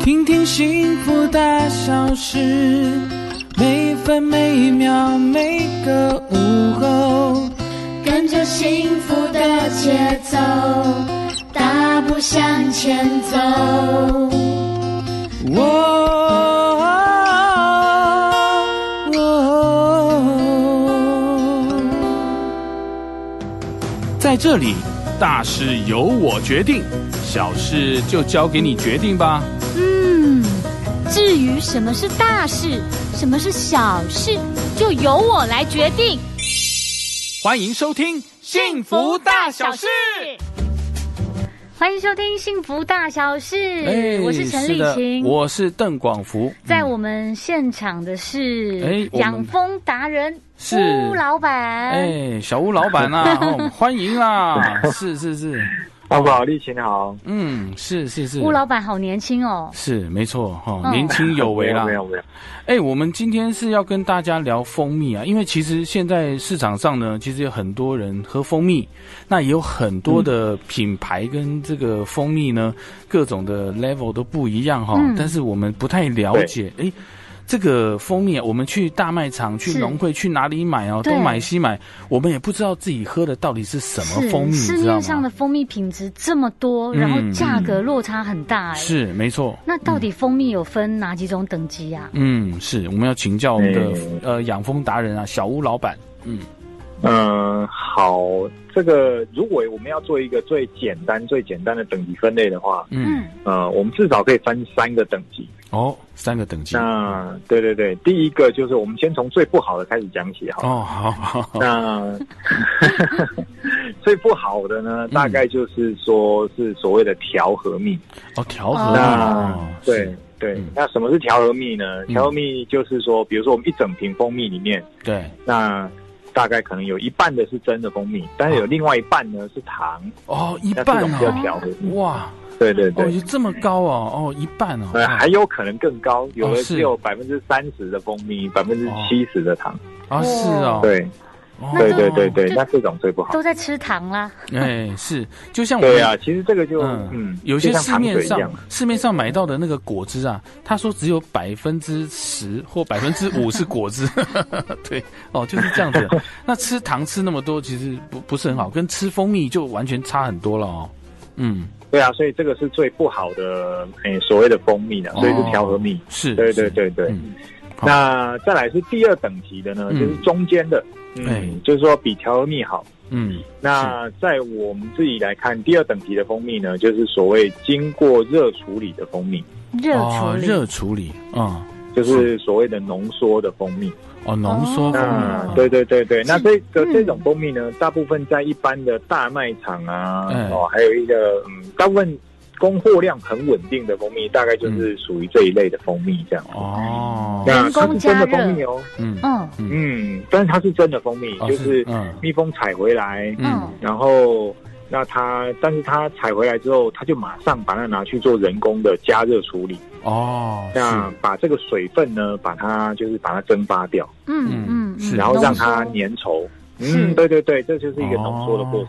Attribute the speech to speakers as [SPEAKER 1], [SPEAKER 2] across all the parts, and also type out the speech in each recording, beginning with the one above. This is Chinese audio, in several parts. [SPEAKER 1] 听听幸福大小事，每分每秒每个午后。
[SPEAKER 2] 跟着幸福的节奏，大步向前走。
[SPEAKER 1] 哦我哦在这里，大事由我决定，小事就交给你决定吧。
[SPEAKER 3] 嗯，至于什么是大事，什么是小事，就由我来决定。
[SPEAKER 1] 欢迎收听《幸福大小事》。
[SPEAKER 3] 欢迎收听《幸福大小事》
[SPEAKER 1] 哎
[SPEAKER 3] 我是陈
[SPEAKER 1] 是
[SPEAKER 3] 丽
[SPEAKER 1] 的
[SPEAKER 3] 琴。
[SPEAKER 1] 我是邓广福。
[SPEAKER 3] 在我们现场的
[SPEAKER 1] 哎
[SPEAKER 3] 是
[SPEAKER 1] 我们
[SPEAKER 3] 养蜂达人
[SPEAKER 1] 是
[SPEAKER 3] 吴老板。
[SPEAKER 1] 哎，小吴老 板啊，哦欢迎啦！是是是，
[SPEAKER 4] 老板好，丽琴好。
[SPEAKER 1] 嗯，是是是，
[SPEAKER 3] 吴老板好年轻哦，
[SPEAKER 1] 是没错哈，
[SPEAKER 3] 嗯
[SPEAKER 1] 年轻有为啦
[SPEAKER 4] 没。有没有没
[SPEAKER 1] 哎，我们今天是要跟大家聊蜂蜜啊，因为其实现在市场上呢，其实有很多人喝蜂蜜，那也有很多的品牌跟这个蜂蜜呢，各种的 level 都不一样哈、
[SPEAKER 3] 嗯
[SPEAKER 1] 但是我们不太了解，哎，这个蜂蜜啊，我们去大卖场、去
[SPEAKER 3] 是
[SPEAKER 1] 农会、去哪里买哦，
[SPEAKER 3] 对
[SPEAKER 1] 东买西买，我们也不知道自己喝的到底是什么
[SPEAKER 3] 是
[SPEAKER 1] 蜂蜜，你
[SPEAKER 3] 市
[SPEAKER 1] 知道
[SPEAKER 3] 面上
[SPEAKER 1] 吗
[SPEAKER 3] 的？蜂蜜品质这么多，
[SPEAKER 1] 嗯
[SPEAKER 3] 然后价格落差很大哎。
[SPEAKER 1] 是没错。
[SPEAKER 3] 那到底蜂蜜有分哪几种等级啊呀、
[SPEAKER 1] 嗯，是，我们要请教我们的、
[SPEAKER 4] 嗯
[SPEAKER 1] 呃养蜂达人啊，小吴老板。嗯，
[SPEAKER 4] 嗯，好，这个如果我们要做一个最简单、最简单的等级分类的话，
[SPEAKER 1] 嗯，
[SPEAKER 3] 嗯，
[SPEAKER 4] 呃，我们至少可以分三个等级。
[SPEAKER 1] 哦，三个等级。
[SPEAKER 4] 那对对对，第一个就是我们先从最不好的开始讲起好了。
[SPEAKER 1] 哦，好好好，
[SPEAKER 4] 那 最不好的
[SPEAKER 1] 嗯
[SPEAKER 4] 呢，大概就是说是所谓的调和蜜。
[SPEAKER 1] 哦，调和
[SPEAKER 3] 哦
[SPEAKER 1] 蜜
[SPEAKER 4] 那
[SPEAKER 1] 哦，
[SPEAKER 4] 啊对
[SPEAKER 1] 是
[SPEAKER 4] 对
[SPEAKER 1] 嗯，
[SPEAKER 4] 那什么是调和蜜呢？
[SPEAKER 1] 嗯
[SPEAKER 4] 调和蜜就是说，比如说我们一整瓶蜂蜜里面，
[SPEAKER 1] 对，
[SPEAKER 4] 那大概可能有一半的是真的蜂蜜，但是有另外一半呢是糖，
[SPEAKER 1] 哦，一
[SPEAKER 4] 那这
[SPEAKER 1] 半
[SPEAKER 4] 种叫
[SPEAKER 1] 哦，
[SPEAKER 4] 调和蜜。
[SPEAKER 1] 哇，
[SPEAKER 4] 对对
[SPEAKER 1] 哦，
[SPEAKER 4] 对
[SPEAKER 1] 有，这么高哦，哦，一半哦，
[SPEAKER 4] 呃，
[SPEAKER 1] 哇
[SPEAKER 4] 还有可能更高，有
[SPEAKER 1] 哦
[SPEAKER 4] 的
[SPEAKER 1] 是
[SPEAKER 4] 只有百分之三十的蜂蜜，百分之七十的糖。
[SPEAKER 1] 啊，是哦，
[SPEAKER 4] 对
[SPEAKER 1] 哦，
[SPEAKER 3] 那
[SPEAKER 4] 对
[SPEAKER 3] 就
[SPEAKER 4] 对对对，
[SPEAKER 3] 就
[SPEAKER 4] 那这种最不好。
[SPEAKER 3] 都在吃糖啦。
[SPEAKER 1] 哎，是，就像我
[SPEAKER 4] 对
[SPEAKER 1] 们
[SPEAKER 4] 啊，其实这个就
[SPEAKER 1] 嗯
[SPEAKER 4] 嗯，，
[SPEAKER 1] 有些
[SPEAKER 4] 就像
[SPEAKER 1] 市
[SPEAKER 4] 糖
[SPEAKER 1] 面
[SPEAKER 4] 水一
[SPEAKER 1] 上
[SPEAKER 4] 样。
[SPEAKER 1] 市面上买到的那个果汁啊，他说只有百分之十或百分之五是果汁， 对，哦，就是这样 子。那吃糖吃那么多，其实不不是很好，跟吃蜂蜜就完全差很多了哦。嗯，
[SPEAKER 4] 对啊，所以这个是最不好的，诶，所谓的蜂蜜的，
[SPEAKER 1] 哦
[SPEAKER 4] 所以是调和蜜。
[SPEAKER 1] 是，
[SPEAKER 4] 对对
[SPEAKER 1] 是，
[SPEAKER 4] 对对。
[SPEAKER 1] 嗯好
[SPEAKER 4] 那再来是第二等级的呢，
[SPEAKER 1] 嗯
[SPEAKER 4] 就是中间的，
[SPEAKER 1] 哎
[SPEAKER 4] 嗯，就是说比调和蜜好。
[SPEAKER 1] 嗯，
[SPEAKER 4] 那在我们自己来看，第二等级的蜂蜜呢，就是所谓经过热处理的蜂蜜，
[SPEAKER 3] 热处
[SPEAKER 1] 哦，
[SPEAKER 3] 理，
[SPEAKER 1] 热处理，嗯，
[SPEAKER 4] 就是所谓的浓缩的蜂蜜。
[SPEAKER 1] 哦，浓缩蜂
[SPEAKER 4] 那
[SPEAKER 1] 蜜，
[SPEAKER 4] 对对对对，那这个
[SPEAKER 3] 嗯
[SPEAKER 4] 这种蜂蜜呢，大部分在一般的大卖场啊
[SPEAKER 1] 嗯，
[SPEAKER 4] 哦，还有一个嗯，大部分供货量很稳定的蜂蜜，大概就是属于这一类的蜂蜜这样。
[SPEAKER 1] 嗯哦，
[SPEAKER 4] 那
[SPEAKER 3] 人工
[SPEAKER 4] 它是真的
[SPEAKER 3] 加热
[SPEAKER 4] 蜂蜜哦，
[SPEAKER 1] 嗯，
[SPEAKER 3] 嗯
[SPEAKER 4] 嗯，但是它是真的蜂蜜，
[SPEAKER 1] 哦
[SPEAKER 4] 就是
[SPEAKER 1] 嗯
[SPEAKER 4] 蜜蜂采回来，
[SPEAKER 1] 嗯
[SPEAKER 3] 嗯，
[SPEAKER 4] 然后那它，但是它采回来之后，它就马上把它拿去做人工的加热处理，
[SPEAKER 1] 哦，是，
[SPEAKER 4] 那把这个水分呢，把它就是把它蒸发掉，
[SPEAKER 3] 嗯
[SPEAKER 1] 嗯
[SPEAKER 3] 嗯
[SPEAKER 1] 是
[SPEAKER 3] 嗯，
[SPEAKER 4] 然后让它
[SPEAKER 3] 浓缩
[SPEAKER 4] 粘稠。
[SPEAKER 3] 是哦
[SPEAKER 4] 嗯，对对对，这就是一个浓缩的过程。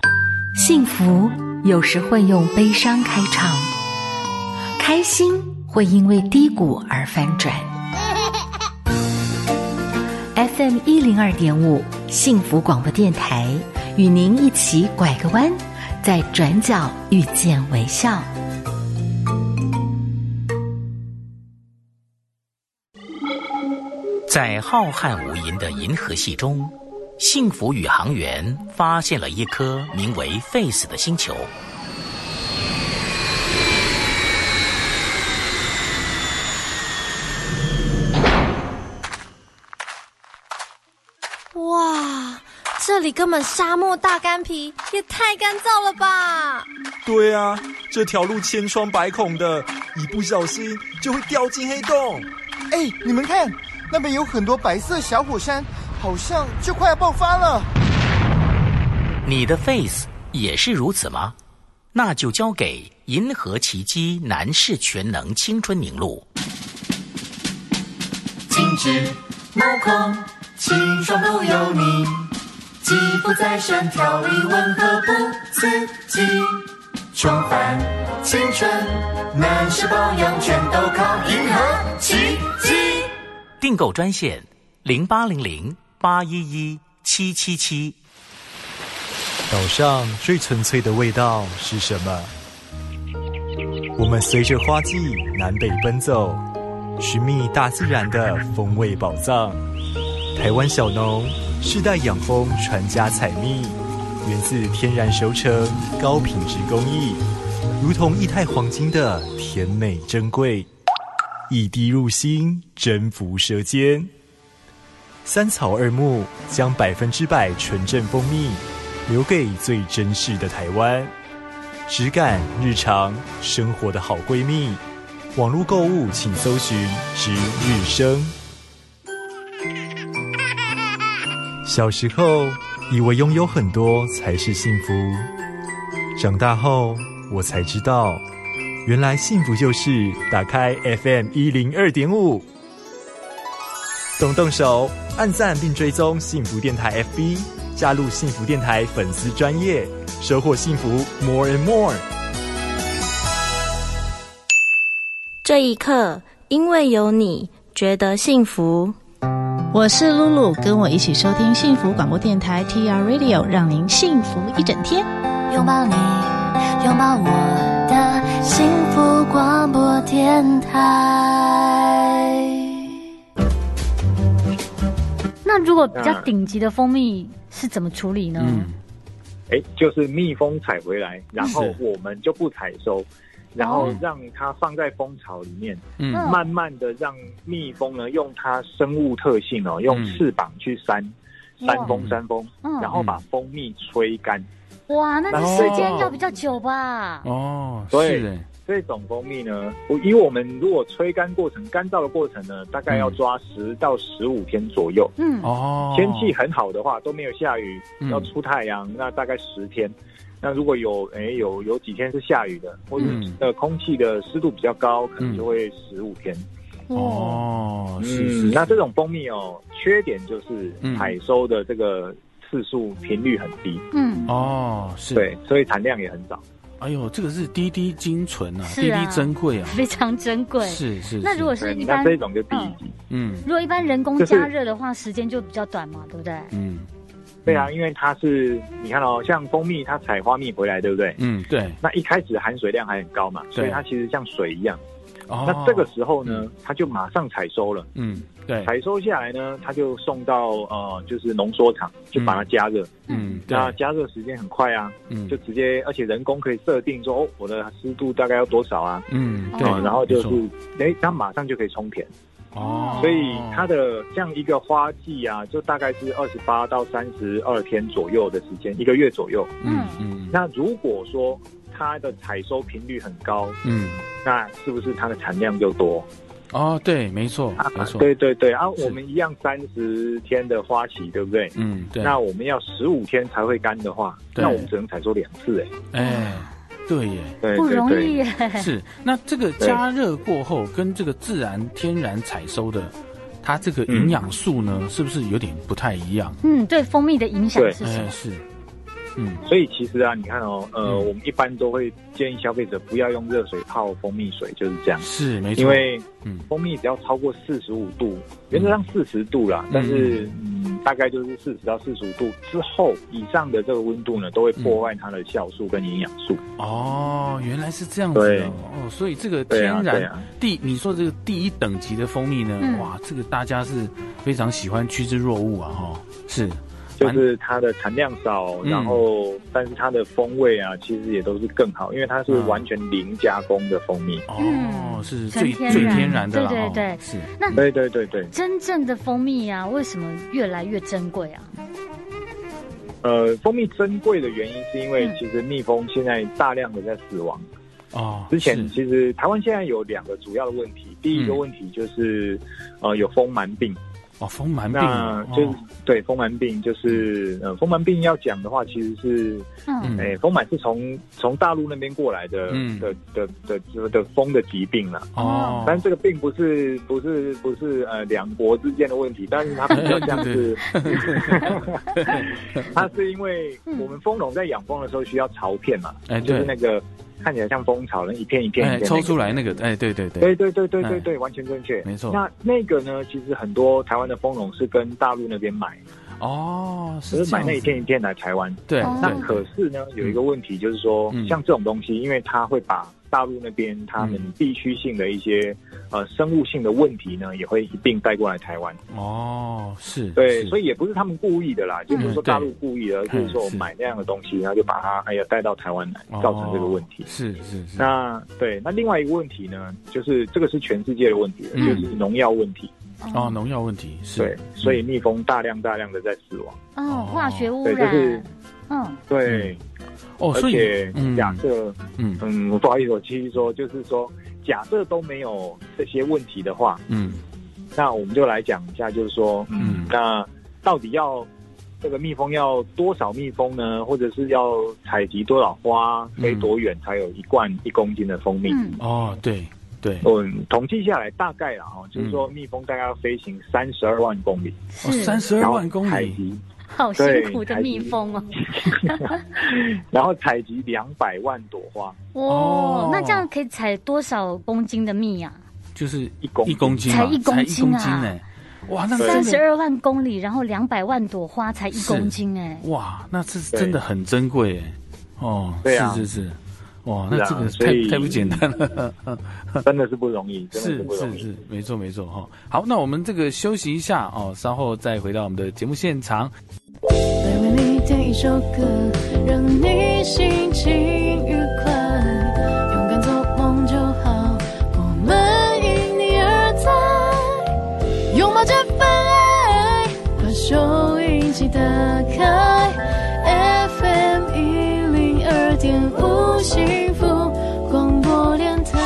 [SPEAKER 5] 幸福有时会用悲伤开场，开心会因为低谷而翻转。FM 一零二点五幸福广播电台，与您一起拐个弯，在转角遇见微笑。
[SPEAKER 6] 在浩瀚无垠的银河系中，幸福宇航员发现了一颗名为 Face 的星球。
[SPEAKER 7] 哇，这里根本沙漠大干皮，也太干燥了吧！
[SPEAKER 8] 对啊，这条路千疮百孔的，一不小心就会掉进黑洞。
[SPEAKER 9] 哎，你们看，那边有很多白色小火山，好像就快要爆发了。
[SPEAKER 6] 你的 Face 也是如此吗？那就交给银河奇迹男士全能青春凝露。
[SPEAKER 10] 精致、毛孔、清爽不油腻，肌肤在线条里温和不刺激，重返青春男士保养全都靠银河奇迹。
[SPEAKER 6] 订购专线零八零零八一一七七七。
[SPEAKER 8] 岛上最纯粹的味道是什么？我们随着花季南北奔走，寻觅大自然的风味宝藏。台湾小农世代养蜂传家采蜜，源自天然熟成、高品质工艺，如同液态黄金的甜美珍贵，一滴入心，征服舌尖。三草二木将百分之百纯正蜂蜜留给最珍视的台湾，质感、日常生活的好闺蜜。网络购物请搜寻“值日生”。小时候以为拥有很多才是幸福，长大后我才知道，原来幸福就是打开 FM 一零二点五。动动手，按赞并追踪幸福电台 FB，加入幸福电台粉丝专业，收获幸福 more and more。
[SPEAKER 11] 这一刻，因为有你，觉得幸福。
[SPEAKER 12] 我是露露，跟我一起收听幸福广播电台 TR Radio，让您幸福一整天。
[SPEAKER 13] 拥抱你，拥抱我的幸福广播电台。
[SPEAKER 14] 那如果比较顶级的蜂蜜是怎么处理呢？
[SPEAKER 1] 嗯
[SPEAKER 4] 哎，就是蜜蜂采回来，然后我们就不采收，然后让它放在蜂巢里面，
[SPEAKER 1] 嗯
[SPEAKER 4] 慢慢的让蜜蜂呢用它生物特性
[SPEAKER 1] 嗯
[SPEAKER 4] 哦，用翅膀去扇，
[SPEAKER 14] 嗯
[SPEAKER 4] 扇风扇风
[SPEAKER 14] 嗯，
[SPEAKER 4] 然后把蜂蜜吹干。
[SPEAKER 14] 哇，那这
[SPEAKER 4] 哦
[SPEAKER 14] 时间要比较久吧？
[SPEAKER 1] 哦，
[SPEAKER 4] 对
[SPEAKER 1] 是哎，
[SPEAKER 4] 这种蜂蜜呢，我以我们如果吹干过程、干燥的过程呢，大概要抓十到十五天左右。
[SPEAKER 14] 嗯，
[SPEAKER 1] 嗯哦，
[SPEAKER 4] 天气很好的话，都没有下雨
[SPEAKER 1] 嗯，
[SPEAKER 4] 要出太阳，那大概十天。那如果有诶有有几天是下雨的，或者
[SPEAKER 1] 嗯
[SPEAKER 4] 呃空气的湿度比较高，可
[SPEAKER 1] 嗯
[SPEAKER 4] 能就会十五天。
[SPEAKER 1] 哦，是是
[SPEAKER 4] 嗯，，那这种蜂蜜哦，缺点就是
[SPEAKER 1] 嗯
[SPEAKER 4] 采收的这个次数频率很低，
[SPEAKER 14] 嗯，
[SPEAKER 1] 哦是，
[SPEAKER 4] 对，所以产量也很少。
[SPEAKER 1] 哎呦，这个是滴滴精纯啊，滴
[SPEAKER 14] 是啊
[SPEAKER 1] 滴珍贵啊，
[SPEAKER 14] 非常珍贵。
[SPEAKER 1] 是是。
[SPEAKER 14] 那如果是
[SPEAKER 4] 对，
[SPEAKER 14] 一
[SPEAKER 4] 那
[SPEAKER 14] 般，
[SPEAKER 4] 这种就第一
[SPEAKER 14] 嗯，
[SPEAKER 4] 级。
[SPEAKER 1] 嗯
[SPEAKER 14] 如果一般人工
[SPEAKER 4] 就是
[SPEAKER 14] 加热的话，时间就比较短嘛，对不对？
[SPEAKER 1] 嗯
[SPEAKER 4] 对啊，因为它是你看哦，像蜂蜜它采花蜜回来，对不对？
[SPEAKER 1] 嗯，对，
[SPEAKER 4] 那一开始含水量还很高嘛，所以
[SPEAKER 1] 对
[SPEAKER 4] 它其实像水一样。
[SPEAKER 1] 哦，
[SPEAKER 4] 那这个时候呢，它就马上采收了。
[SPEAKER 1] 嗯对，
[SPEAKER 4] 采收下来呢，它就送到呃，就是浓缩厂，就把它加热。
[SPEAKER 1] 嗯对，
[SPEAKER 4] 那加热时间很快啊，
[SPEAKER 1] 嗯
[SPEAKER 4] 就直接，而且人工可以设定说，哦，我的湿度大概要多少啊？
[SPEAKER 1] 嗯对
[SPEAKER 4] 哦，，然后就
[SPEAKER 1] 没
[SPEAKER 4] 是，哎，它马上就可以充填，
[SPEAKER 1] 错哦，
[SPEAKER 4] 所以它的这样一个花季啊，就大概是二十八到三十二天左右的时间，一个月左右。
[SPEAKER 1] 嗯嗯
[SPEAKER 4] 那如果说它的采收频率很高，
[SPEAKER 1] 嗯
[SPEAKER 4] 那是不是它的产量就多？
[SPEAKER 1] 哦对，没错没错，
[SPEAKER 4] 对对对啊，
[SPEAKER 1] 是
[SPEAKER 4] 我们一样三十天的花期，对不对？
[SPEAKER 1] 嗯对，
[SPEAKER 4] 那我们要十五天才会干的话，
[SPEAKER 1] 对
[SPEAKER 4] 那我们只能采收两次哎。
[SPEAKER 1] 哎对 耶，
[SPEAKER 4] 对
[SPEAKER 14] 不
[SPEAKER 4] 对
[SPEAKER 14] 容易
[SPEAKER 4] 对，
[SPEAKER 14] 耶。
[SPEAKER 1] 是，那这个加热过后跟这个自然天然采收的，它这个营养素呢，
[SPEAKER 4] 嗯
[SPEAKER 1] 是不是有点不太一样？
[SPEAKER 14] 嗯，对蜂蜜的影响
[SPEAKER 4] 对
[SPEAKER 14] 是什
[SPEAKER 1] 哎，
[SPEAKER 14] 么？
[SPEAKER 1] 是，嗯
[SPEAKER 4] 所以其实啊，你看哦，呃，
[SPEAKER 1] 嗯
[SPEAKER 4] 我们一般都会建议消费者不要用热水泡蜂蜜水，就是这样。
[SPEAKER 1] 是没错，
[SPEAKER 4] 因为
[SPEAKER 1] 嗯
[SPEAKER 4] 蜂蜜只要超过四十五度，原则上四十度啦，但是嗯，大概就是四十到四十五度之后以上的这个温度呢，都会破坏它的酵素跟营养素。
[SPEAKER 1] 哦，原来是这样子
[SPEAKER 4] 对
[SPEAKER 1] 哦，哦，所以这个天
[SPEAKER 4] 对啊对
[SPEAKER 1] 然
[SPEAKER 4] 啊
[SPEAKER 1] 第你说这个第一等级的蜂蜜呢，
[SPEAKER 14] 嗯
[SPEAKER 1] 哇，这个大家是非常喜欢趋之若鹜啊，哈、哦，是，
[SPEAKER 4] 就是它的产量少，
[SPEAKER 1] 嗯
[SPEAKER 4] 然后但是它的风味啊，其实也都是更好，因为它是完全零加工的蜂蜜。
[SPEAKER 1] 哦，是
[SPEAKER 14] 纯
[SPEAKER 1] 最
[SPEAKER 14] 嗯天
[SPEAKER 1] 最
[SPEAKER 14] 然
[SPEAKER 1] 天然的啦，
[SPEAKER 14] 对对
[SPEAKER 1] 哦
[SPEAKER 14] 对
[SPEAKER 1] 是，
[SPEAKER 14] 那
[SPEAKER 4] 对对对对，
[SPEAKER 14] 真正的蜂蜜啊，为什么越来越珍贵啊？
[SPEAKER 4] 呃，蜂蜜珍贵的原因是因为
[SPEAKER 14] 嗯
[SPEAKER 4] 其实蜜蜂现在大量的在死亡。
[SPEAKER 1] 哦，
[SPEAKER 4] 之前
[SPEAKER 1] 是
[SPEAKER 4] 其实台湾现在有两个主要的问题，第一个
[SPEAKER 1] 嗯
[SPEAKER 4] 问题就是、呃有风螨病，
[SPEAKER 1] 哦，风螨病
[SPEAKER 4] 那
[SPEAKER 1] 哦，
[SPEAKER 4] 就是、对风螨病就是呃风螨病要讲的话，其实是
[SPEAKER 14] 嗯
[SPEAKER 1] 嗯
[SPEAKER 4] 诶、风螨是从从大陆那边过来的、
[SPEAKER 1] 嗯
[SPEAKER 4] 的的的的的风的疾病了。
[SPEAKER 1] 哦，
[SPEAKER 4] 但这个并不是不是不是呃两国之间的问题，但是它比较像是， 它是因为我们蜂农在养蜂的时候需要巢片嘛，
[SPEAKER 1] 哎
[SPEAKER 4] 就是
[SPEAKER 1] 对
[SPEAKER 4] 那个看起来像蜂巢，那一片一片一
[SPEAKER 1] 哎，
[SPEAKER 4] 片
[SPEAKER 1] 抽出来那个，哎，对对对，
[SPEAKER 4] 对对对对对对，
[SPEAKER 1] 哎
[SPEAKER 4] 完全正确，
[SPEAKER 1] 没错
[SPEAKER 4] 那那个呢，其实很多台湾的蜂农是跟大陆那边买，
[SPEAKER 1] 哦，
[SPEAKER 4] 就是是买那一
[SPEAKER 1] 这样
[SPEAKER 4] 片一片来台湾。
[SPEAKER 1] 对
[SPEAKER 4] 那
[SPEAKER 1] 对
[SPEAKER 4] 可是呢，有一个问题就是说，
[SPEAKER 1] 嗯
[SPEAKER 4] 像这种东西，因为它会把大陆那边他
[SPEAKER 1] 嗯
[SPEAKER 4] 们地区性的一些、呃生物性的问题呢，也会一并带过来台湾。
[SPEAKER 1] 子哦，是，
[SPEAKER 4] 对，
[SPEAKER 1] 是嗯
[SPEAKER 4] 所以也不是他们故意的啦，就不是说大陆故意的，而是说我买那样的东西，然后就把它哎呀带到台湾来，造成这个问题。
[SPEAKER 1] 哦是是是，
[SPEAKER 4] 那对，那另外一个问题呢，就是这个是全世界的问题了，
[SPEAKER 1] 嗯
[SPEAKER 4] 就是农药问题。
[SPEAKER 1] 哦，农药问题是，嗯
[SPEAKER 4] 对，所以蜜蜂大量大量的在死亡。
[SPEAKER 14] 嗯，化学污
[SPEAKER 4] 对，就
[SPEAKER 14] 染，
[SPEAKER 4] 是
[SPEAKER 14] 嗯，
[SPEAKER 4] 对，
[SPEAKER 1] 哦
[SPEAKER 4] 而
[SPEAKER 1] 所以
[SPEAKER 4] 且
[SPEAKER 1] 嗯
[SPEAKER 4] 假设，
[SPEAKER 1] 嗯
[SPEAKER 4] 嗯，我不好意思，我继续说，就是说，假设都没有这些问题的话，
[SPEAKER 1] 嗯
[SPEAKER 4] 那我们就来讲一下，就是说，嗯，那到底要这个蜜蜂要多少蜜蜂呢？或者是要采集多少花，飞多远才有一罐一公斤的蜂蜜？
[SPEAKER 14] 嗯
[SPEAKER 1] 哦，对对，
[SPEAKER 4] 嗯，统计下来大概啦，哦，就是说蜜蜂大概要飞行三十二万公里，
[SPEAKER 1] 哦32万公里
[SPEAKER 4] 然后
[SPEAKER 14] 好
[SPEAKER 4] 采集
[SPEAKER 14] 辛苦的蜜蜂哦。
[SPEAKER 4] 然后采集两百万朵花，
[SPEAKER 14] 哇、
[SPEAKER 1] 哦
[SPEAKER 14] 那这样可以采多少公斤的蜜啊呀、
[SPEAKER 1] 就是
[SPEAKER 4] 一公
[SPEAKER 1] 一公斤嘛，
[SPEAKER 14] 才一公
[SPEAKER 1] 才
[SPEAKER 14] 斤啊
[SPEAKER 1] 斤呢，哇，那
[SPEAKER 14] 三
[SPEAKER 1] 真
[SPEAKER 14] 十
[SPEAKER 1] 的
[SPEAKER 14] 二万公里，然后两百万朵花才一
[SPEAKER 1] 是
[SPEAKER 14] 公斤哎、
[SPEAKER 1] 哇，那这是真的很珍贵哎，哦，
[SPEAKER 4] 对啊
[SPEAKER 1] 是是是，哇，
[SPEAKER 4] 是
[SPEAKER 1] 那
[SPEAKER 4] 啊
[SPEAKER 1] 这个
[SPEAKER 4] 所以
[SPEAKER 1] 太太不简单了，
[SPEAKER 4] 真的是不容易，真的
[SPEAKER 1] 是
[SPEAKER 4] 不容
[SPEAKER 1] 是
[SPEAKER 4] 易。
[SPEAKER 1] 是，没错没错哈、哦。好，那我们这个休息一下哦，稍后再回到我们的节目现场。
[SPEAKER 15] 来为你点一首歌，让你心情愉快。勇敢做梦就好，我们因你而在。拥抱这份爱，把收音机打开，FM 一零二点五幸福广播电台。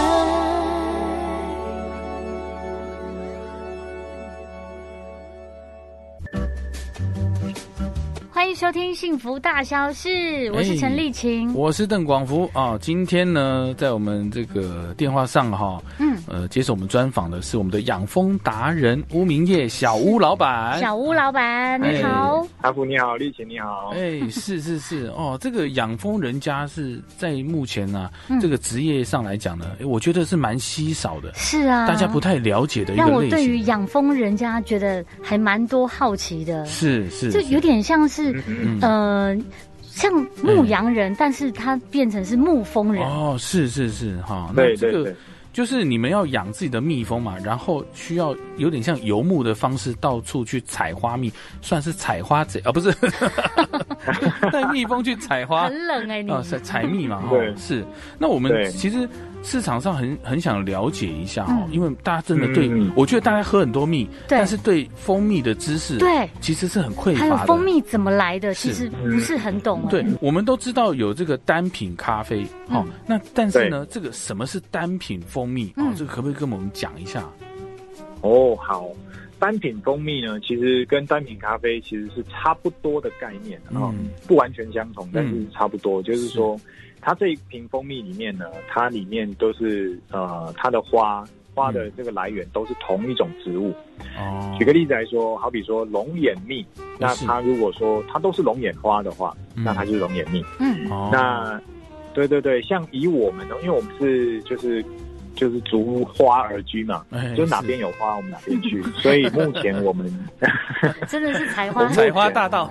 [SPEAKER 14] 欢迎收听《幸福大消事》，我是陈丽琴。
[SPEAKER 1] 哎我是邓广福啊、今天呢，在我们这个电话上哈、
[SPEAKER 14] 嗯
[SPEAKER 1] 呃，接受我们专访的是我们的养蜂达人乌明业小乌老板。
[SPEAKER 14] 小吴老板，你好。
[SPEAKER 4] 阿福你好，丽琴你好，
[SPEAKER 1] 哎，是是是哦，这个养蜂人家是在目前呢、
[SPEAKER 14] 嗯
[SPEAKER 1] 这个职业上来讲呢，哎我觉得是蛮稀少的，
[SPEAKER 14] 是啊，
[SPEAKER 1] 大家不太了解的一
[SPEAKER 14] 让
[SPEAKER 1] 个
[SPEAKER 14] 我
[SPEAKER 1] 类
[SPEAKER 14] 对
[SPEAKER 1] 型。
[SPEAKER 14] 于养蜂人家觉得还蛮多好奇的，
[SPEAKER 1] 是是，
[SPEAKER 14] 就有点像是，
[SPEAKER 1] 嗯
[SPEAKER 14] 呃，像牧羊人，但是他变成是牧蜂人。
[SPEAKER 1] 哦，是是是哈，那
[SPEAKER 4] 对
[SPEAKER 1] 这
[SPEAKER 4] 对
[SPEAKER 1] 个
[SPEAKER 4] 对
[SPEAKER 1] 就是你们要养自己的蜜蜂嘛，然后需要有点像游牧的方式到处去采花蜜，算是采花贼啊，不是 带蜜蜂去采花，
[SPEAKER 14] 很冷哎你
[SPEAKER 1] 啊，采采蜜嘛，
[SPEAKER 4] 对
[SPEAKER 1] 哦，是。那我们
[SPEAKER 4] 对
[SPEAKER 1] 其实市场上很很想了解一下哦，
[SPEAKER 14] 嗯
[SPEAKER 1] 因为大家真的对
[SPEAKER 4] 嗯，
[SPEAKER 1] 我觉得大家喝很多蜜，
[SPEAKER 14] 对
[SPEAKER 1] 但是对蜂蜜的知识，
[SPEAKER 14] 对
[SPEAKER 1] 其实是很匮
[SPEAKER 14] 还有
[SPEAKER 1] 乏的
[SPEAKER 14] 蜂。蜜怎么来的，其
[SPEAKER 1] 是
[SPEAKER 14] 实不是很懂、啊。
[SPEAKER 1] 对，我们都知道有这个单品咖啡，哦，
[SPEAKER 14] 嗯
[SPEAKER 1] 那但是呢，这个什么是单品蜂蜜？哦，这个可不可以跟我们讲一下？
[SPEAKER 4] 哦好。单品蜂蜜呢，其实跟单品咖啡其实是差不多的概念啊、哦
[SPEAKER 1] 嗯
[SPEAKER 4] 不完全相同，但是差不多。就是说，它这一瓶蜂蜜里面呢，它里面都是呃，它的花花
[SPEAKER 1] 嗯
[SPEAKER 4] 的这个来源都是同一种植物。
[SPEAKER 1] 哦
[SPEAKER 4] 举个例子来说，好比说龙眼蜜，那
[SPEAKER 1] 是
[SPEAKER 4] 它如果说它都是龙眼花的话，
[SPEAKER 1] 嗯
[SPEAKER 4] 那它就是龙眼蜜。
[SPEAKER 14] 嗯
[SPEAKER 1] 哦
[SPEAKER 4] 那对对对，像以我们呢，因为我们是就是就是逐花而居嘛，
[SPEAKER 1] 哎
[SPEAKER 4] 就哪边有花我们哪边去，所以目前我们
[SPEAKER 14] 真的是采
[SPEAKER 1] 我
[SPEAKER 14] 花
[SPEAKER 1] 们采花大盗，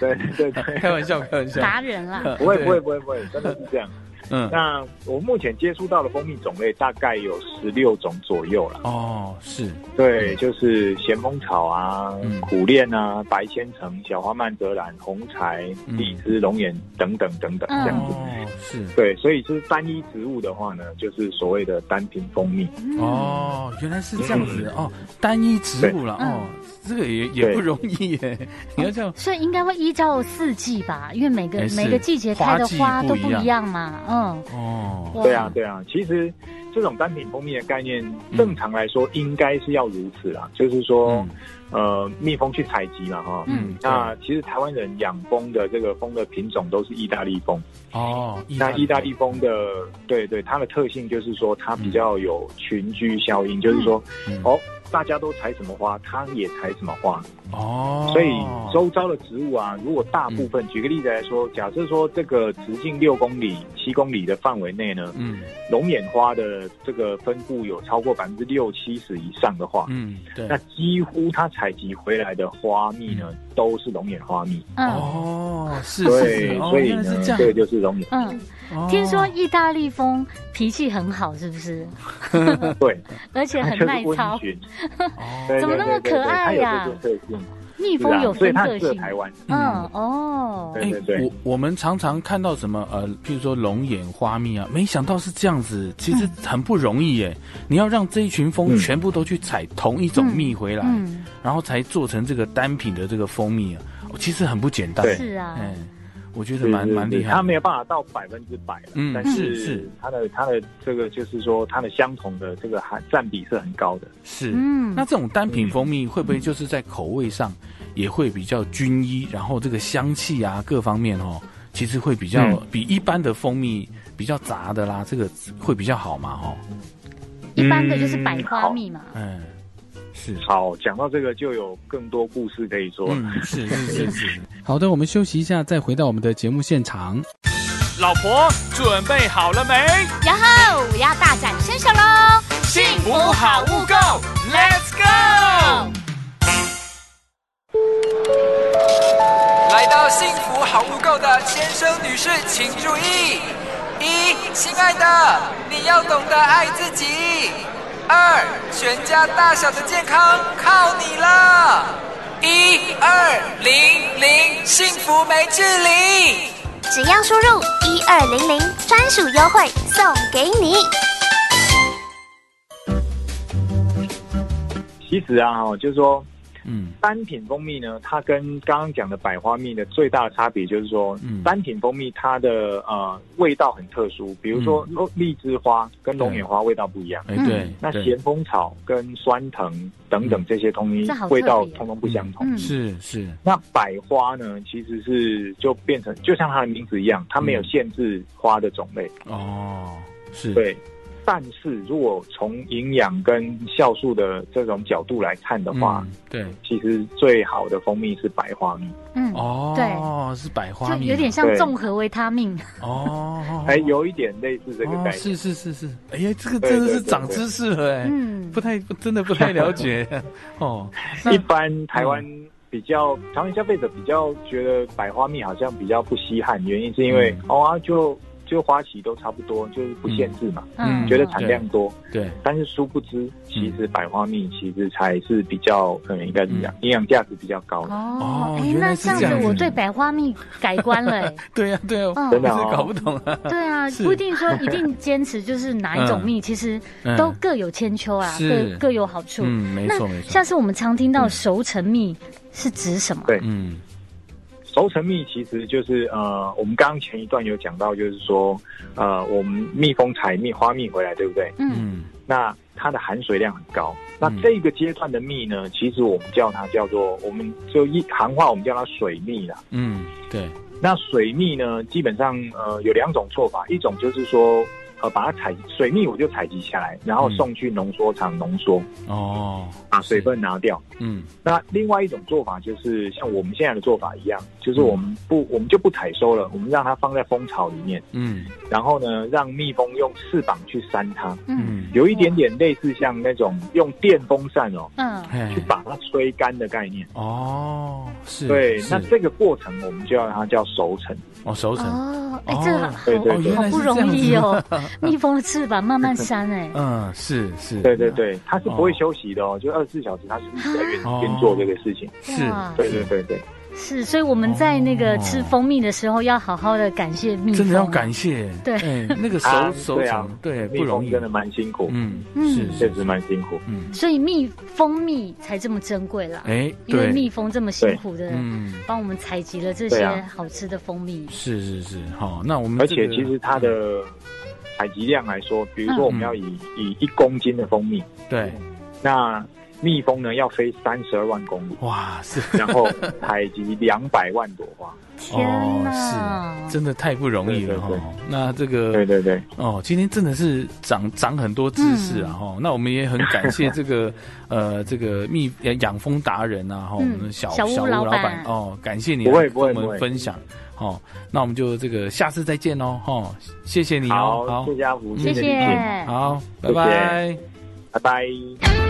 [SPEAKER 4] 对对对，
[SPEAKER 1] 开玩笑，开玩笑，
[SPEAKER 14] 达人啦。
[SPEAKER 4] 不会不会不会不会，真的是这样。
[SPEAKER 1] 嗯
[SPEAKER 4] 那我目前接触到的蜂蜜种类大概有十六种左右了。
[SPEAKER 1] 哦，是
[SPEAKER 4] 对，就是咸丰草啊、苦楝啊、白千层、小花曼泽兰、红柴、荔枝、龙眼等等等等这样子。
[SPEAKER 1] 哦，是
[SPEAKER 4] 对，所以是单一植物的话呢，就是所谓的单品蜂蜜。
[SPEAKER 14] 嗯
[SPEAKER 1] 哦，原来是这样
[SPEAKER 4] 嗯
[SPEAKER 1] 子哦，单一植物了哦，这个也也
[SPEAKER 4] 对
[SPEAKER 1] 不容易耶， 你要这样。
[SPEAKER 14] 所以应该会依照四季吧，因为每个
[SPEAKER 1] 哎是
[SPEAKER 14] 每个季节开的
[SPEAKER 1] 花
[SPEAKER 14] 花
[SPEAKER 1] 季
[SPEAKER 14] 都
[SPEAKER 1] 不一
[SPEAKER 14] 不
[SPEAKER 1] 样
[SPEAKER 14] 一样嘛。嗯，
[SPEAKER 1] 哦
[SPEAKER 4] 对啊，对啊，其实这种单品蜂蜜的概念，正常来说应该是要如此啦，就是说，呃，蜜蜂去采集嘛，哈，
[SPEAKER 1] 嗯
[SPEAKER 4] 那其实台湾人养蜂的这个蜂的品种都是意大利蜂，
[SPEAKER 1] 哦，
[SPEAKER 4] 那意大利蜂的，对对，它的特性就是说它比较有群居效应，就是说，
[SPEAKER 1] 嗯
[SPEAKER 4] 哦，大家都采什么花，它也采什么花，
[SPEAKER 1] 哦，嗯
[SPEAKER 4] 所以周遭的植物啊，如果大部分，举个例子来说，假设说这个直径六公里、七公里的范围内呢，
[SPEAKER 1] 嗯
[SPEAKER 4] 龙眼花的这个分布有超过百分之六七十以上的话，
[SPEAKER 1] 嗯，对，
[SPEAKER 4] 那几乎它采集回来的花蜜呢，都是龙眼花蜜。
[SPEAKER 1] 嗯
[SPEAKER 14] 嗯
[SPEAKER 1] 哦，是是
[SPEAKER 4] 对
[SPEAKER 1] 是，，哦
[SPEAKER 4] 所以
[SPEAKER 1] 原来
[SPEAKER 4] 呢
[SPEAKER 1] 是这，样，
[SPEAKER 4] 对，就是龙眼。
[SPEAKER 14] 嗯，
[SPEAKER 1] 哦
[SPEAKER 14] 听说意大利风脾气很好，是不是？
[SPEAKER 4] 对，
[SPEAKER 14] 而且很耐操
[SPEAKER 4] 它就是温驯
[SPEAKER 1] 哎
[SPEAKER 14] 怎么那么可爱呀
[SPEAKER 4] 对对对对它有这种特性
[SPEAKER 14] 蜜蜂有
[SPEAKER 4] 是啊所以
[SPEAKER 14] 分
[SPEAKER 4] 它
[SPEAKER 14] 个
[SPEAKER 4] 很适合
[SPEAKER 14] 性。
[SPEAKER 4] 台湾。
[SPEAKER 14] 嗯哦，
[SPEAKER 4] 对对对
[SPEAKER 1] 我我们常常看到什么呃，譬如说龙眼花蜜啊，没想到是这样子，其实很不容易耶。你要让这一群蜂全部都去采同一种蜜回来，
[SPEAKER 14] 嗯
[SPEAKER 1] 然后才做成这个单品的这个蜂蜜啊，哦其实很不简单。
[SPEAKER 4] 对
[SPEAKER 14] 是啊
[SPEAKER 1] 哎，我觉得蛮
[SPEAKER 4] 是是
[SPEAKER 1] 蛮厉害
[SPEAKER 4] 它
[SPEAKER 1] 的。
[SPEAKER 4] 没有办法到百分之百了，
[SPEAKER 1] 嗯
[SPEAKER 4] 但
[SPEAKER 1] 是是
[SPEAKER 4] 它的它的这个就是说它的相同的这个含占比是很高的，
[SPEAKER 1] 是，
[SPEAKER 14] 嗯
[SPEAKER 1] 那这种单品蜂蜜会不会就是在口味上也会比较均一，然后这个香气啊各方面哦，其实会比较、
[SPEAKER 4] 嗯
[SPEAKER 1] 比一般的蜂蜜比较杂的啦，这个会比较好嘛哦，
[SPEAKER 14] 一般的就是百花蜜嘛。
[SPEAKER 1] 嗯，是
[SPEAKER 4] 好，讲到这个就有更多故事可以说了。
[SPEAKER 1] 嗯，是是是是。 好的，我们休息一下，再回到我们的节目现场。
[SPEAKER 16] 老婆，准备好了没？
[SPEAKER 3] 然后我要大展身手喽！
[SPEAKER 16] 幸福好物购，Let's go！
[SPEAKER 17] 来到幸福好物购的先生女士，请注意：一，亲爱的，你要懂得爱自己；二，全家大小的健康靠你了。一二零零，幸福没距离。
[SPEAKER 18] 只要输入一二零零专属优惠送给你。
[SPEAKER 4] 其实啊，哈，就是说，
[SPEAKER 1] 嗯，
[SPEAKER 4] 单品蜂蜜呢，它跟刚刚讲的百花蜜的最大的差别就是说，
[SPEAKER 1] 嗯
[SPEAKER 4] 单品蜂蜜它的呃味道很特殊，比如说荔枝花跟龙眼花味道不一样，
[SPEAKER 1] 哎嗯对
[SPEAKER 4] 那
[SPEAKER 1] 对
[SPEAKER 4] 咸丰草跟酸藤等等这些东西
[SPEAKER 1] 嗯这好特别嗯
[SPEAKER 4] 味道通通不相同，
[SPEAKER 1] 是是，
[SPEAKER 4] 那百花呢，其实是就变成就像它的名字一样，它没有限制花的种类。
[SPEAKER 1] 哦，是
[SPEAKER 4] 对，但是如果从营养跟酵素的这种角度来看的话，
[SPEAKER 1] 嗯对，
[SPEAKER 4] 其实最好的蜂蜜是百花蜜。
[SPEAKER 14] 嗯，
[SPEAKER 1] 哦，
[SPEAKER 14] 对，
[SPEAKER 1] 是百花
[SPEAKER 14] 就
[SPEAKER 1] 蜜啊，
[SPEAKER 14] 有点像
[SPEAKER 4] 对
[SPEAKER 14] 综合维他命。
[SPEAKER 1] 哦，
[SPEAKER 4] 哎，有一点类似这个概
[SPEAKER 1] 哦，
[SPEAKER 4] 念。
[SPEAKER 1] 是是是是，哎呀，这个
[SPEAKER 4] 对
[SPEAKER 1] 真的
[SPEAKER 4] 对
[SPEAKER 1] 是
[SPEAKER 4] 对
[SPEAKER 1] 长
[SPEAKER 4] 对
[SPEAKER 1] 知识了哎，
[SPEAKER 14] 嗯
[SPEAKER 1] 不太真的不太了解 哦。那嗯
[SPEAKER 4] 一般台湾比较台湾消费者比较觉得百花蜜好像比较不稀罕，原因是因
[SPEAKER 1] 嗯
[SPEAKER 4] 为、哦啊就。就花期都差不多，就是不限制嘛，
[SPEAKER 1] 嗯
[SPEAKER 4] 觉得产量多，
[SPEAKER 1] 对，嗯
[SPEAKER 4] 但是殊不知，其实百花蜜其实才是比较，嗯，应该是这样，营养价值比较高的。
[SPEAKER 14] 哦，哎、
[SPEAKER 1] 原来
[SPEAKER 14] 那
[SPEAKER 1] 是
[SPEAKER 14] 这样
[SPEAKER 1] 这
[SPEAKER 14] 子
[SPEAKER 1] 样，子
[SPEAKER 14] 我对百花蜜改观 了、哎
[SPEAKER 1] 对呀对呀
[SPEAKER 14] 嗯，
[SPEAKER 1] 真
[SPEAKER 14] 真
[SPEAKER 1] 的
[SPEAKER 14] 的
[SPEAKER 4] 哦
[SPEAKER 1] 搞不懂啊。
[SPEAKER 14] 对啊，
[SPEAKER 1] 是嗯
[SPEAKER 14] 不一定说一定坚持就是哪一种蜜，其实都各有千秋啊，
[SPEAKER 1] 是
[SPEAKER 14] 各各有好处。
[SPEAKER 1] 嗯没错
[SPEAKER 14] 那
[SPEAKER 1] 没错
[SPEAKER 14] 像是我们常听到熟成蜜是指什么？
[SPEAKER 4] 对，
[SPEAKER 1] 嗯，
[SPEAKER 4] 熟成蜜其实就是呃，我们刚刚前一段有讲到，就是说呃，我们蜜蜂采蜜花蜜回来，对不对？
[SPEAKER 1] 嗯，
[SPEAKER 4] 那它的含水量很高。那这个阶段的蜜呢，其实我们叫它叫做，我们就一行话我们叫它水蜜啦。
[SPEAKER 1] 嗯，对，
[SPEAKER 4] 那水蜜呢，基本上呃有两种做法，一种就是说呃把它采水蜜我就采集下来，然后
[SPEAKER 1] 嗯
[SPEAKER 4] 送去浓缩厂浓缩，
[SPEAKER 1] 哦，
[SPEAKER 4] 把水分拿掉。
[SPEAKER 1] 嗯
[SPEAKER 4] 那另外一种做法就是像我们现在的做法一样，就是我们不我们就不采收了，我们让它放在蜂巢里面，
[SPEAKER 1] 嗯
[SPEAKER 4] 然后呢让蜜蜂用翅膀去扇它，
[SPEAKER 1] 嗯
[SPEAKER 4] 有一点点类似像那种用电风扇哦，
[SPEAKER 14] 嗯，
[SPEAKER 1] 哎
[SPEAKER 4] 去把它吹干的概念。
[SPEAKER 1] 哦，是，
[SPEAKER 4] 对，
[SPEAKER 1] 是
[SPEAKER 4] 那这个过程我们就要它叫熟成。
[SPEAKER 1] 哦熟成，
[SPEAKER 14] 哦，哎、这个
[SPEAKER 4] 对对
[SPEAKER 14] 好
[SPEAKER 4] 对
[SPEAKER 14] 好不容易
[SPEAKER 1] 原
[SPEAKER 14] 哦
[SPEAKER 1] 来是这样子，
[SPEAKER 14] 蜜蜂的翅膀慢慢扇哎、
[SPEAKER 1] 嗯是是，
[SPEAKER 4] 对对对，它是不会
[SPEAKER 1] 哦
[SPEAKER 4] 休息的哦，就二十四小时它是一直在运
[SPEAKER 1] 哦
[SPEAKER 4] 运作这个事情。
[SPEAKER 14] 是哇
[SPEAKER 4] 对对对对，
[SPEAKER 14] 是，所以我们在那个吃蜂蜜的时候要好好的感谢蜜蜂，
[SPEAKER 1] 嗯真的要感谢，
[SPEAKER 14] 嗯对
[SPEAKER 1] 哎那个熟
[SPEAKER 4] 啊
[SPEAKER 1] 熟
[SPEAKER 4] 对啊
[SPEAKER 1] 成，对，
[SPEAKER 4] 蜜
[SPEAKER 1] 哎不容
[SPEAKER 4] 蜂
[SPEAKER 1] 易
[SPEAKER 4] 真，的蛮辛苦。
[SPEAKER 1] 嗯
[SPEAKER 14] 嗯
[SPEAKER 1] 是
[SPEAKER 4] 确实蛮辛苦。
[SPEAKER 1] 嗯，
[SPEAKER 14] 所以蜜蜂蜜才这么珍贵啦。
[SPEAKER 1] 哎
[SPEAKER 14] 因为
[SPEAKER 1] 对
[SPEAKER 14] 蜜蜂这么辛苦
[SPEAKER 1] 对
[SPEAKER 14] 的
[SPEAKER 1] 嗯哦
[SPEAKER 14] 帮我们采集了这
[SPEAKER 4] 对
[SPEAKER 14] 些
[SPEAKER 4] 啊
[SPEAKER 14] 好吃的蜂蜜。
[SPEAKER 1] 是是是，好，那我们
[SPEAKER 4] 而
[SPEAKER 1] 这
[SPEAKER 4] 且
[SPEAKER 1] 个
[SPEAKER 4] 其实它的采集量来说，比如说我们要以、
[SPEAKER 1] 嗯
[SPEAKER 4] 以一公斤的蜂蜜，
[SPEAKER 1] 对，
[SPEAKER 4] 那蜜蜂呢要飞三十二万公 里，
[SPEAKER 1] 哇，是，
[SPEAKER 4] 然后采集两百万朵花。
[SPEAKER 1] 哦，是，真的太不容易了哈。那这个，
[SPEAKER 4] 对对对，
[SPEAKER 1] 哦，今天真的是长长很多知识啊哈。那我们也很感谢这 个呃这个蜜养蜂达人啊哈，我们小
[SPEAKER 14] 小
[SPEAKER 1] 吴
[SPEAKER 14] 吴
[SPEAKER 1] 老
[SPEAKER 14] 老
[SPEAKER 1] 板
[SPEAKER 14] 板
[SPEAKER 1] 哦，感谢你
[SPEAKER 4] 不会
[SPEAKER 1] 来
[SPEAKER 4] 不
[SPEAKER 1] 跟我
[SPEAKER 4] 会不
[SPEAKER 1] 们
[SPEAKER 4] 会
[SPEAKER 1] 分享哦。那我们就这个下次再见哦哈，谢谢你哦，
[SPEAKER 4] 好，谢谢阿福，
[SPEAKER 1] 嗯
[SPEAKER 4] 谢
[SPEAKER 14] 谢谢
[SPEAKER 4] 你，
[SPEAKER 1] 好，
[SPEAKER 4] 谢谢
[SPEAKER 1] 拜拜。
[SPEAKER 4] 拜拜。